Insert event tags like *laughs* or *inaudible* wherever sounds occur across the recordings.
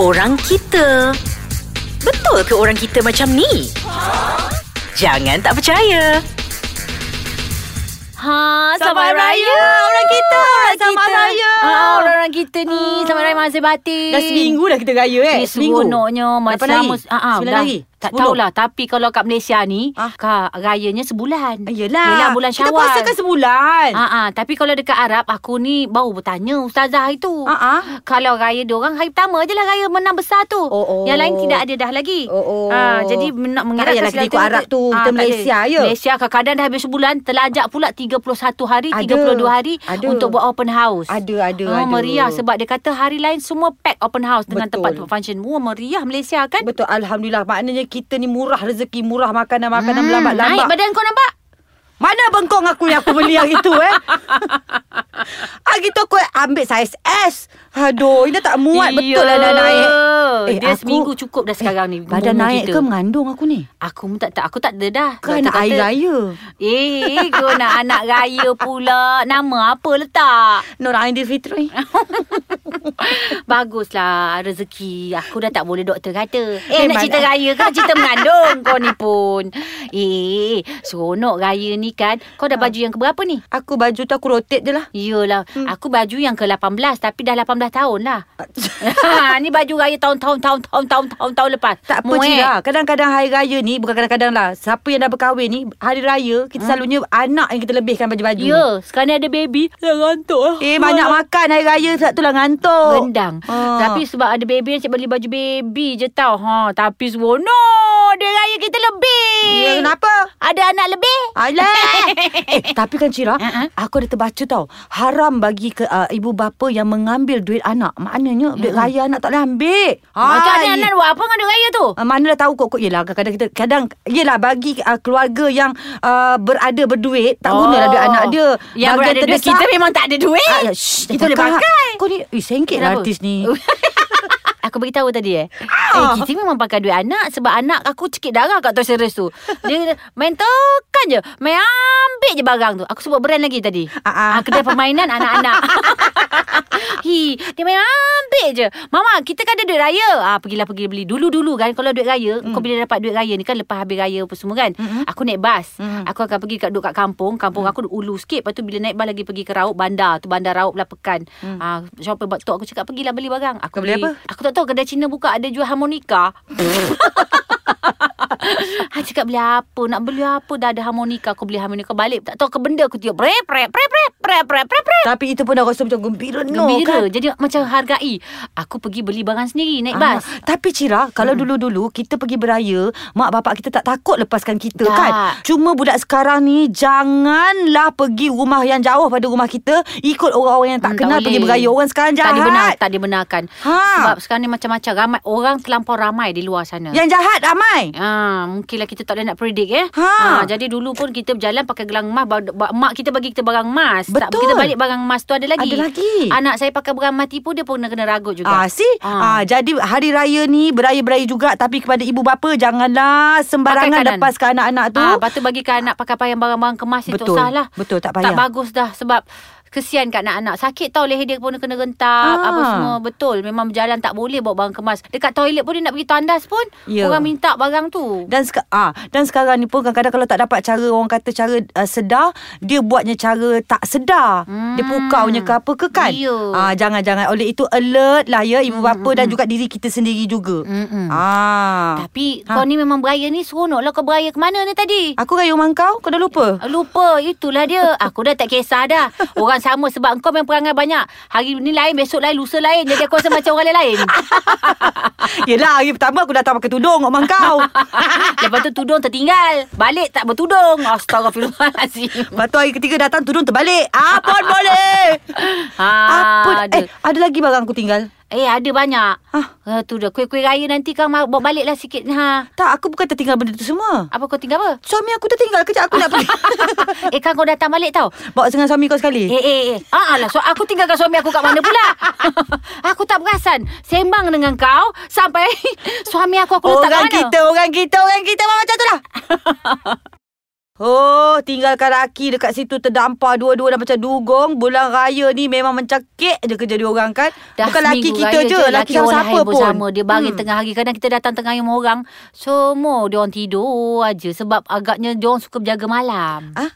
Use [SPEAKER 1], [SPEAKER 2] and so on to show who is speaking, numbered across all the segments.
[SPEAKER 1] orang kita. Betul ke orang kita macam ni?
[SPEAKER 2] Ha?
[SPEAKER 1] Jangan tak percaya. Ha,
[SPEAKER 2] Selamat Raya, orang
[SPEAKER 3] Ha,
[SPEAKER 2] kita, orang
[SPEAKER 1] Selamat
[SPEAKER 2] kita.
[SPEAKER 1] Raya.
[SPEAKER 2] Ha, orang-orang kita ni, Selamat Raya Masih Batin.
[SPEAKER 3] Dah seminggu dah kita raya eh.
[SPEAKER 2] Eh, seronoknya
[SPEAKER 3] Lapan
[SPEAKER 2] macam ha,
[SPEAKER 3] hari? Sembilan hari?
[SPEAKER 2] Tak
[SPEAKER 3] Sepuluh?
[SPEAKER 2] tahulah Tapi kalau kat Malaysia ni
[SPEAKER 3] Ah.
[SPEAKER 2] Kak Rayanya sebulan
[SPEAKER 3] Yelah.
[SPEAKER 2] Yelah bulan
[SPEAKER 3] Kita
[SPEAKER 2] syawal
[SPEAKER 3] puasa kan sebulan.
[SPEAKER 2] Ah, ah. Tapi kalau dekat Arab Aku ni baru bertanya Ustazah hari tu
[SPEAKER 3] Ah, ah.
[SPEAKER 2] Kalau raya diorang Hari pertama je lah Raya menang besar tu
[SPEAKER 3] Oh, oh.
[SPEAKER 2] Yang lain tidak ada dah lagi
[SPEAKER 3] Oh, oh.
[SPEAKER 2] Ah, Jadi men- mengira
[SPEAKER 3] payahlah kita ikut Arab tu. Kita Malaysia je.
[SPEAKER 2] Ah, Malaysia kadang-kadang dah habis sebulan Terlajak pula 31 hari
[SPEAKER 3] Ada.
[SPEAKER 2] 32 hari
[SPEAKER 3] Ada.
[SPEAKER 2] Untuk buat open house
[SPEAKER 3] Ada, ada,
[SPEAKER 2] Ah,
[SPEAKER 3] ada.
[SPEAKER 2] Meriah sebab dia kata hari lain semua pack open house dengan
[SPEAKER 3] Betul.
[SPEAKER 2] tempat-tempat function. Wah, meriah Malaysia kan?
[SPEAKER 3] Betul Alhamdulillah Maknanya kita ni murah rezeki Murah makanan-makanan Lambat-lambat
[SPEAKER 2] Hmm, Naik badan kau nampak?
[SPEAKER 3] Mana bengkong aku yang aku beli hari tu
[SPEAKER 2] *laughs*
[SPEAKER 3] eh? hari tu aku ambil saiz S. Aduh, ini tak muat betul lah dah naik. Eh,
[SPEAKER 2] Eh, dia seminggu cukup dah sekarang ni.
[SPEAKER 3] Badan
[SPEAKER 2] umur
[SPEAKER 3] naik
[SPEAKER 2] kita.
[SPEAKER 3] ke mengandung aku ni?
[SPEAKER 2] Aku pun tak tak aku tak ada dah. Doktor
[SPEAKER 3] Kan nak air
[SPEAKER 2] kata, *laughs*
[SPEAKER 3] raya.
[SPEAKER 2] Eh, kau nak anak raya pula. Nama apa letak?
[SPEAKER 3] Nur Aidilfitri.
[SPEAKER 2] Baguslah rezeki. Aku dah tak boleh doktor kata. Eh, nak
[SPEAKER 3] Memang-
[SPEAKER 2] cerita raya kau cerita mengandung kau ni pun. Eh, seronok raya ni kan. Kau
[SPEAKER 3] Ha.
[SPEAKER 2] dah baju yang keberapa ni?
[SPEAKER 3] Aku baju tu aku rotate je lah.
[SPEAKER 2] Yelah, hmm. aku baju yang ke-18 tapi dah 18 tahun lah. *laughs* ha, ni baju raya tahun-tahun tahun-tahun tahun-tahun tahun lepas.
[SPEAKER 3] Tak apa
[SPEAKER 2] Muek.
[SPEAKER 3] Cira Kadang-kadang hari raya ni Bukan kadang-kadang lah Siapa yang dah berkahwin ni Hari raya Kita selalunya Anak yang kita lebihkan baju-baju ni.
[SPEAKER 2] Hmm. Ya, sekarang ni ada baby, dah ngantuk lah.
[SPEAKER 3] Eh banyak makan hari raya Sebab tu lah ngantuk
[SPEAKER 2] Rendang.
[SPEAKER 3] Ah.
[SPEAKER 2] Tapi sebab ada baby, Encik beli baju baby je tau. Ha, tapi seronok. Dia raya kita lebih.
[SPEAKER 3] Ya kenapa
[SPEAKER 2] Ada anak lebih. *laughs*
[SPEAKER 3] Alah. eh, tapi kan Cira,
[SPEAKER 2] Ha-ha.
[SPEAKER 3] aku ada terbaca tau. Haram bagi ke uh, ibu bapa yang mengambil duit anak. Maknanya duit raya anak tak boleh ambil.
[SPEAKER 2] Macam
[SPEAKER 3] Hai.
[SPEAKER 2] ada anak buat apa dengan dia raya tu?
[SPEAKER 3] Uh, manalah tahu kok-kok Yelah kadang-kadang kita Kadang Yelah bagi uh, keluarga yang uh, Berada berduit Tak oh. gunalah duit anak dia
[SPEAKER 2] Yang
[SPEAKER 3] Bahagian
[SPEAKER 2] Ya, berada duit
[SPEAKER 3] terdesak-
[SPEAKER 2] kita memang tak ada duit.
[SPEAKER 3] Ah, ya, shh,
[SPEAKER 2] kita boleh
[SPEAKER 3] cakap.
[SPEAKER 2] Eh, pakai.
[SPEAKER 3] Kau ni Eh sengkit lah
[SPEAKER 2] Kenapa?
[SPEAKER 3] artis ni
[SPEAKER 2] *laughs*
[SPEAKER 3] Ah.
[SPEAKER 2] Aku beritahu tadi eh. Eh, kita memang pakai duit anak sebab anak aku cekik darah kat Toys R Us tu. Dia main tekan je. Main ambil je barang tu. Aku sebut brand lagi tadi.
[SPEAKER 3] Ah, ah.
[SPEAKER 2] Ah, kedai permainan anak-anak. *laughs* Hi, dia main ambil je. Mama, kita kan ada duit raya. Ah, pergilah pergi beli. Dulu-dulu kan kalau duit raya,
[SPEAKER 3] Hmm.
[SPEAKER 2] kau bila dapat duit raya ni kan lepas habis raya apa semua kan. Aku naik bas.
[SPEAKER 3] Hmm.
[SPEAKER 2] Aku akan pergi kat duduk kat kampung. Kampung aku ulu sikit. Lepas tu bila naik bas lagi pergi ke Raub bandar. Tu bandar Raub lah pekan. Ah, shopper buat tok aku cakap pergilah beli barang. Aku
[SPEAKER 3] Hmm. Kau beli apa?
[SPEAKER 2] Aku tak tahu kedai Cina buka ada jual
[SPEAKER 3] *laughs*
[SPEAKER 2] harmonika. ha cakap beli apa? Nak beli apa? Dah ada harmonika. Aku beli harmonika balik. Tak tahu ke benda aku tiup. Prep prep prep prep prep prep prep prep.
[SPEAKER 3] Tapi itu pun dah rasa macam gembira no, kan?
[SPEAKER 2] Gembira. Jadi macam hargai. Aku pergi beli barang sendiri naik bas. Hmm.
[SPEAKER 3] Ah, tapi Cira, kalau dulu-dulu kita pergi beraya, mak bapak kita tak takut lepaskan kita
[SPEAKER 2] Tak.
[SPEAKER 3] kan. Cuma budak sekarang ni janganlah pergi rumah yang jauh pada rumah kita, ikut orang-orang yang tak
[SPEAKER 2] Hmm,
[SPEAKER 3] kenal
[SPEAKER 2] boleh.
[SPEAKER 3] pergi beraya. Orang sekarang jahat.
[SPEAKER 2] Tak dibenar, tak dibenarkan.
[SPEAKER 3] Ha.
[SPEAKER 2] Sebab sekarang ni macam-macam ramai orang terlampau ramai di luar sana.
[SPEAKER 3] Yang jahat ramai.
[SPEAKER 2] Ah, mungkinlah kita tak boleh nak predict eh. Ah,
[SPEAKER 3] Ha.
[SPEAKER 2] jadi dulu pun kita berjalan pakai gelang emas, ba- ba- mak kita bagi kita barang emas. Tak,
[SPEAKER 3] Betul.
[SPEAKER 2] kita balik barang emas tu ada lagi.
[SPEAKER 3] Ada lagi.
[SPEAKER 2] Anak saya pakai barang mati pun dia pun kena, kena ragut
[SPEAKER 3] Ah,
[SPEAKER 2] juga.
[SPEAKER 3] si. Ah.
[SPEAKER 2] Ah.
[SPEAKER 3] jadi hari raya ni beraya-beraya juga tapi kepada ibu bapa janganlah sembarangan
[SPEAKER 2] Pakai kanan.
[SPEAKER 3] lepaskan anak-anak tu.
[SPEAKER 2] Ah, lepas tu bagi ke anak pakai payang barang-barang kemas itu
[SPEAKER 3] Betul.
[SPEAKER 2] salah.
[SPEAKER 3] Betul, tak
[SPEAKER 2] Tak
[SPEAKER 3] payah.
[SPEAKER 2] bagus dah sebab kesian kat anak-anak. Sakit tau leher dia pun kena rentap
[SPEAKER 3] Ah.
[SPEAKER 2] apa semua. Betul. Memang berjalan tak boleh bawa barang kemas. Dekat toilet pun dia nak pergi tandas pun
[SPEAKER 3] Ya.
[SPEAKER 2] orang minta barang tu.
[SPEAKER 3] Dan seka- ah dan sekarang ni pun kadang-kadang kalau tak dapat cara orang kata cara uh, sedar, dia buatnya cara tak sedar. Hmm. Dia pukaunya ke apa ke kan?
[SPEAKER 2] Ya.
[SPEAKER 3] Ah jangan-jangan oleh itu alert lah ya ibu bapa dan juga diri kita sendiri juga.
[SPEAKER 2] Mm-mm.
[SPEAKER 3] Ah.
[SPEAKER 2] Hmm. Tapi
[SPEAKER 3] Ha.
[SPEAKER 2] ha. kau ni memang beraya ni seronok lah kau beraya ke mana ni tadi?
[SPEAKER 3] Aku raya rumah kau, kau dah lupa?
[SPEAKER 2] Lupa Itulah dia Aku dah tak kisah dah Orang sama Sebab kau main perangai banyak Hari ni lain Besok lain Lusa lain Jadi aku rasa macam orang lain
[SPEAKER 3] *laughs* Yelah, hari pertama aku datang pakai tudung rumah kau.
[SPEAKER 2] *laughs* Lepas tu tudung tertinggal Balik tak bertudung Astagfirullahaladzim
[SPEAKER 3] Lepas tu hari ketiga datang tudung terbalik. Apa boleh?
[SPEAKER 2] ha,
[SPEAKER 3] Apa?
[SPEAKER 2] ada.
[SPEAKER 3] Eh, ada lagi barang aku tinggal.
[SPEAKER 2] Eh ada banyak
[SPEAKER 3] Ha.
[SPEAKER 2] ha, Tu dah Kuih-kuih raya nanti kau ma- bawa balik lah sikit ha.
[SPEAKER 3] Tak, aku bukan tertinggal benda tu semua.
[SPEAKER 2] Apa kau tinggal apa?
[SPEAKER 3] Suami aku tertinggal kejap aku nak pergi. *laughs*
[SPEAKER 2] eh kan kau datang balik tau
[SPEAKER 3] Bawa dengan suami kau sekali.
[SPEAKER 2] Eh eh eh ah, alah, so Aku tinggalkan suami aku kat mana pula *laughs* Aku tak perasan Sembang dengan kau Sampai *laughs* Suami aku aku letak kat
[SPEAKER 3] Orang
[SPEAKER 2] mana *laughs*
[SPEAKER 3] kita, orang kita, orang kita memang macam tu lah. Oh, tinggalkan Aki dekat situ terdampar dua-dua dah macam dugong. Bulan raya ni memang mencakik je kerja dia orang kan.
[SPEAKER 2] Dah
[SPEAKER 3] Bukan laki
[SPEAKER 2] seminggu
[SPEAKER 3] kita
[SPEAKER 2] raya
[SPEAKER 3] je, laki
[SPEAKER 2] orang
[SPEAKER 3] siapa
[SPEAKER 2] lain
[SPEAKER 3] pun.
[SPEAKER 2] Sama. Dia bagi hmm. tengah hari. Kadang kita datang tengah hari rumah orang. Semua dia orang tidur aja. Sebab agaknya dia orang suka berjaga malam.
[SPEAKER 3] Ah?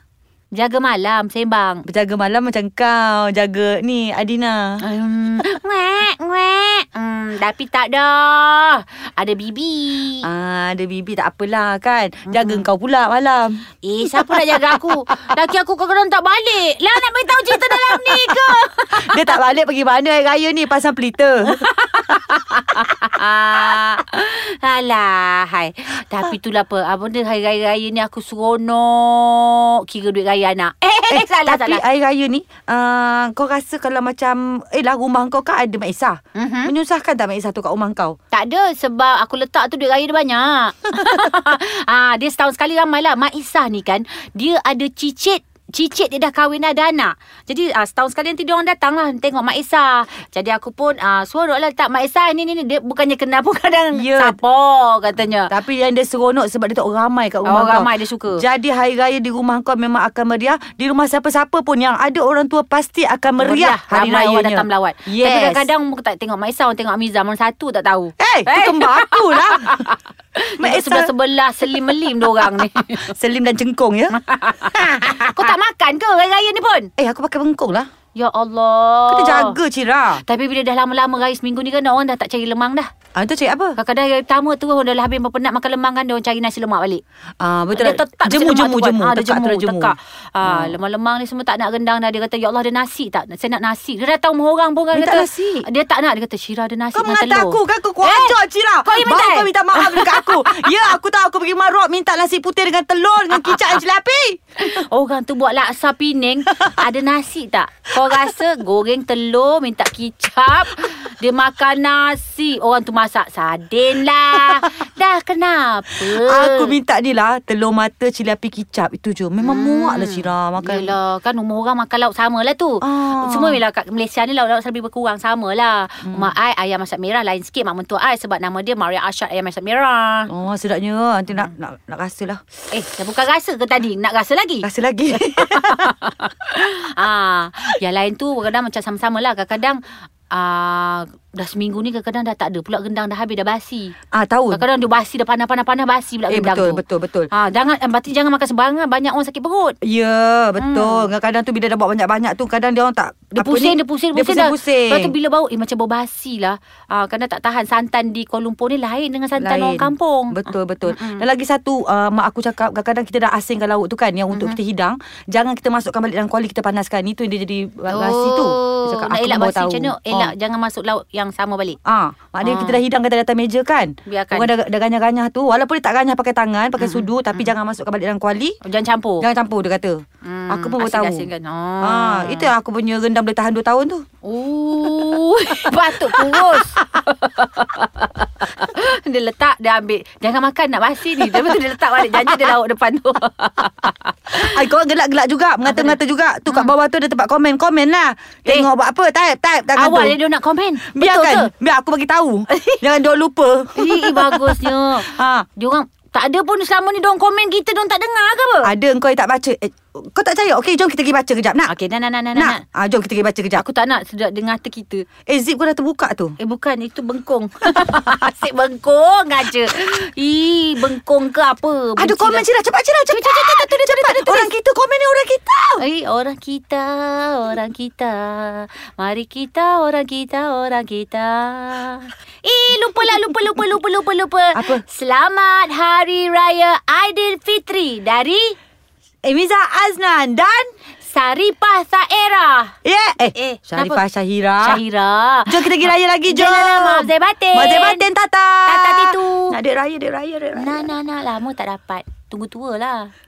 [SPEAKER 2] Jaga malam, sembang.
[SPEAKER 3] Berjaga malam macam kau, jaga ni Adina. Hmm.
[SPEAKER 2] *laughs* Um, wek, wek. Hmm, tapi tak dah. Ada bibi.
[SPEAKER 3] Ah, ada bibi tak apalah kan. Jaga kau pula malam.
[SPEAKER 2] Eh, siapa nak jaga aku? Laki aku kadang-kadang tak balik. Lah nak beritahu cerita dalam ni ke?
[SPEAKER 3] *laughs* Dia tak balik pergi mana air raya ni
[SPEAKER 2] *laughs*
[SPEAKER 3] pasang pelita.
[SPEAKER 2] Alah, hai. Tapi itulah apa. Abang dia hari raya-raya ni aku seronok. Kira duit raya anak. Eh, eh salah,
[SPEAKER 3] Tapi
[SPEAKER 2] salah.
[SPEAKER 3] air raya ni, uh, kau rasa kalau macam, eh lah rumah kau kan ada Mak Isah.
[SPEAKER 2] Mhm.
[SPEAKER 3] Menyusahkan tak Mak Isah tu kat rumah kau?
[SPEAKER 2] Tak ada sebab aku letak tu duit raya dia banyak. *laughs* ah, dia setahun sekali ramai lah. Mak Isah ni kan, dia ada cicit. Cicit dia dah kahwin dah ada anak. Jadi ah, setahun sekali nanti dia orang datang lah tengok Mak Isah. Jadi aku pun ah, suruh lah letak Mak Isah ni ni ni. Dia bukannya kenal pun kadang
[SPEAKER 3] Ya.
[SPEAKER 2] yeah. siapa katanya.
[SPEAKER 3] Tapi yang dia seronok sebab dia tak orang ramai kat
[SPEAKER 2] Orang
[SPEAKER 3] rumah kau.
[SPEAKER 2] Oh, ramai dia suka.
[SPEAKER 3] Jadi hari raya di rumah kau memang akan meriah. Di rumah siapa-siapa pun yang ada orang tua pasti akan meriah, hari
[SPEAKER 2] lah. Ramai
[SPEAKER 3] raya.
[SPEAKER 2] orang datang melawat
[SPEAKER 3] Yes.
[SPEAKER 2] Tapi kadang-kadang Muka tak tengok Maisa Orang tengok Amiza Orang satu tak tahu
[SPEAKER 3] Eh, tu kembar aku
[SPEAKER 2] *laughs*
[SPEAKER 3] lah. Mak
[SPEAKER 2] Mereka
[SPEAKER 3] Isah
[SPEAKER 2] sebelah-sebelah Selim-melim orang
[SPEAKER 3] *laughs*
[SPEAKER 2] ni
[SPEAKER 3] Selim dan Cengkong ya.
[SPEAKER 2] Kau tak makan ke Raya-raya ni pun
[SPEAKER 3] eh, aku pakai bengkong lah.
[SPEAKER 2] Ya Allah
[SPEAKER 3] Kena jaga Cira.
[SPEAKER 2] Tapi bila dah lama-lama Raya seminggu ni kan Orang dah tak cari lemang dah
[SPEAKER 3] Ah, itu cakap apa?
[SPEAKER 2] Kadang-kadang hari pertama tu Orang dah lah habis berpenat makan lemang kan Dia orang cari nasi lemak balik
[SPEAKER 3] Ah, betul.
[SPEAKER 2] Dia tetap nasi
[SPEAKER 3] jemu
[SPEAKER 2] lemak
[SPEAKER 3] jemu
[SPEAKER 2] tu kan.
[SPEAKER 3] jemu.
[SPEAKER 2] Ah, dia
[SPEAKER 3] Tekak
[SPEAKER 2] jemu,
[SPEAKER 3] terus jemu.
[SPEAKER 2] tekak. Ah, Lemang-lemang ni semua tak nak rendang dah Dia kata Ya Allah ada nasi tak Saya nak nasi Dia datang rumah orang pun kan
[SPEAKER 3] Dia tak
[SPEAKER 2] kata,
[SPEAKER 3] nasi.
[SPEAKER 2] Dia tak nak Dia kata Syirah ada nasi
[SPEAKER 3] Kau
[SPEAKER 2] dengan
[SPEAKER 3] mengata
[SPEAKER 2] telur."
[SPEAKER 3] aku kan Kau kurang
[SPEAKER 2] Eh,
[SPEAKER 3] ajar Cira
[SPEAKER 2] kau yang minta,
[SPEAKER 3] Baru kau
[SPEAKER 2] eh?
[SPEAKER 3] minta maaf dekat
[SPEAKER 2] *laughs*
[SPEAKER 3] aku Ya aku tahu Aku pergi marok Minta nasi putih dengan telur
[SPEAKER 2] Ah,
[SPEAKER 3] Dengan kicap dan jelapi
[SPEAKER 2] Orang tu buat laksa
[SPEAKER 3] *laughs*
[SPEAKER 2] Penang Ada nasi tak? Kau rasa goreng telur Minta kicap Dia makan nasi Orang tu masak sardin lah Dah kenapa?
[SPEAKER 3] Aku
[SPEAKER 2] Hmm.
[SPEAKER 3] minta ni lah Telur mata jelapi kicap Itu je Memang muak lah Cira Makan
[SPEAKER 2] Yelah kan rumah orang makan lauk sama lah tu
[SPEAKER 3] Ah.
[SPEAKER 2] Semua bila kat Malaysia ni lauk-lauk selalu berkurang sama lah
[SPEAKER 3] Hmm.
[SPEAKER 2] Mak I ayam masak merah lain sikit Mak mentua I sebab nama dia Maria Ashad ayam masak merah
[SPEAKER 3] Oh sedapnya Nanti nak
[SPEAKER 2] Hmm.
[SPEAKER 3] nak, nak rasa lah
[SPEAKER 2] Eh dah bukan rasa ke tadi? Nak rasa lagi?
[SPEAKER 3] Rasa
[SPEAKER 2] *laughs*
[SPEAKER 3] lagi
[SPEAKER 2] ah, yang lain tu kadang macam sama-sama lah. Kadang-kadang ah, dah seminggu ni kadang-kadang dah tak ada. Pula gendang dah habis dah basi.
[SPEAKER 3] Ah tahu
[SPEAKER 2] Kadang-kadang dia basi dah panas-panas-panas basi pula
[SPEAKER 3] Eh
[SPEAKER 2] gendang
[SPEAKER 3] betul
[SPEAKER 2] tu.
[SPEAKER 3] Betul betul
[SPEAKER 2] Ah, jangan eh, berarti jangan makan sembarangan. Banyak orang sakit perut.
[SPEAKER 3] Ya betul Kadang-kadang tu Bila dah buat banyak-banyak tu Kadang dia orang tak
[SPEAKER 2] Hmm. Dia
[SPEAKER 3] apa
[SPEAKER 2] pusing,
[SPEAKER 3] ni?
[SPEAKER 2] dia pusing,
[SPEAKER 3] Dia
[SPEAKER 2] dah.
[SPEAKER 3] pusing-pusing
[SPEAKER 2] Lepas tu bila bau, eh macam bau basi lah. Ah, kadang tak tahan santan di Kuala Lumpur ni lain dengan santan orang kampung.
[SPEAKER 3] Betul betul.
[SPEAKER 2] Hmm.
[SPEAKER 3] Dan lagi satu uh, mak aku cakap kadang-kadang kita dah asingkan lauk tu kan yang
[SPEAKER 2] Hmm.
[SPEAKER 3] untuk kita hidang, jangan kita masukkan balik dalam kuali kita panaskan. Itu yang dia jadi ba- basi tu. Dia
[SPEAKER 2] Oh,
[SPEAKER 3] cakap
[SPEAKER 2] nak
[SPEAKER 3] aku
[SPEAKER 2] elak
[SPEAKER 3] baru
[SPEAKER 2] basi
[SPEAKER 3] tahu. Oh.
[SPEAKER 2] macam mana? Elak jangan masuk laut yang sama balik.
[SPEAKER 3] Ah, maknanya
[SPEAKER 2] Ah.
[SPEAKER 3] kita dah hidang kat atas meja kan.
[SPEAKER 2] Biarkan.
[SPEAKER 3] Orang dah, dah ganyah-ganyah tu, walaupun dia tak ganyah pakai tangan, pakai sudu tapi jangan masukkan balik dalam kuali.
[SPEAKER 2] Jangan campur.
[SPEAKER 3] Jangan campur dia kata.
[SPEAKER 2] Hmm,
[SPEAKER 3] aku pun baru tahu.
[SPEAKER 2] asing-asingkan. Ah.
[SPEAKER 3] Ah, itu yang aku punya rendam boleh tahan 2 tahun
[SPEAKER 2] *laughs*
[SPEAKER 3] tu.
[SPEAKER 2] Oh, *laughs* patut kurus. *laughs* dia letak, dia ambil. Jangan makan, nak basi ni. Tapi tu dia letak balik. Janji dia lauk depan tu.
[SPEAKER 3] Ai kau gelak-gelak juga, mengata-mengata juga. Tu kat bawah tu ada tempat komen, komen lah.
[SPEAKER 2] Ah. Eh.
[SPEAKER 3] Tengok buat apa, type, type tangan tu.
[SPEAKER 2] Awal dia dia nak komen. Betul
[SPEAKER 3] Biarkan
[SPEAKER 2] ke?
[SPEAKER 3] Biar aku bagi
[SPEAKER 2] *laughs*
[SPEAKER 3] tahu Jangan dia lupa
[SPEAKER 2] Ih, bagusnya.
[SPEAKER 3] ha.
[SPEAKER 2] Dia orang tak ada pun selama ni dia orang komen kita dia orang tak dengar ke apa?
[SPEAKER 3] Ada engkau yang tak baca eh, Kau tak percaya Okey jom kita pergi baca kejap Nak
[SPEAKER 2] Okey, nak nak nak nak.
[SPEAKER 3] Nak
[SPEAKER 2] nak.
[SPEAKER 3] ha, Jom kita pergi baca kejap
[SPEAKER 2] Aku tak nak sedap dengar kata kita.
[SPEAKER 3] Eh zip kau dah terbuka tu
[SPEAKER 2] Eh bukan itu bengkong. *laughs* Asyik bengkong aja. Ih, bengkong ke apa?
[SPEAKER 3] Ada
[SPEAKER 2] Benci
[SPEAKER 3] komen
[SPEAKER 2] lah.
[SPEAKER 3] Cira cepat Cira cepat Cepat cepat Orang kita komen ni orang kita
[SPEAKER 2] Eh, orang kita, orang kita. Mari kita, orang kita, orang kita. Eh, lupa lah, lupa, lupa, lupa, lupa, lupa.
[SPEAKER 3] Apa?
[SPEAKER 2] Selamat Hari Raya Aidilfitri dari
[SPEAKER 3] Emiza Eh, Aznan dan
[SPEAKER 2] Saripah Saera.
[SPEAKER 3] Ya yeah. Eh,
[SPEAKER 2] Eh,
[SPEAKER 3] eh Syarifah
[SPEAKER 2] kenapa?
[SPEAKER 3] Syahira
[SPEAKER 2] Syahira.
[SPEAKER 3] Ah. Jom kita pergi raya
[SPEAKER 2] *laughs*
[SPEAKER 3] lagi Jom
[SPEAKER 2] Jom, Mak Zai Batin.
[SPEAKER 3] Mak Zai Batin Tata
[SPEAKER 2] Tata Titu.
[SPEAKER 3] Nak duit raya Duit raya, duit raya.
[SPEAKER 2] Nah, nah, nah. Lama tak dapat. Tunggu tua lah.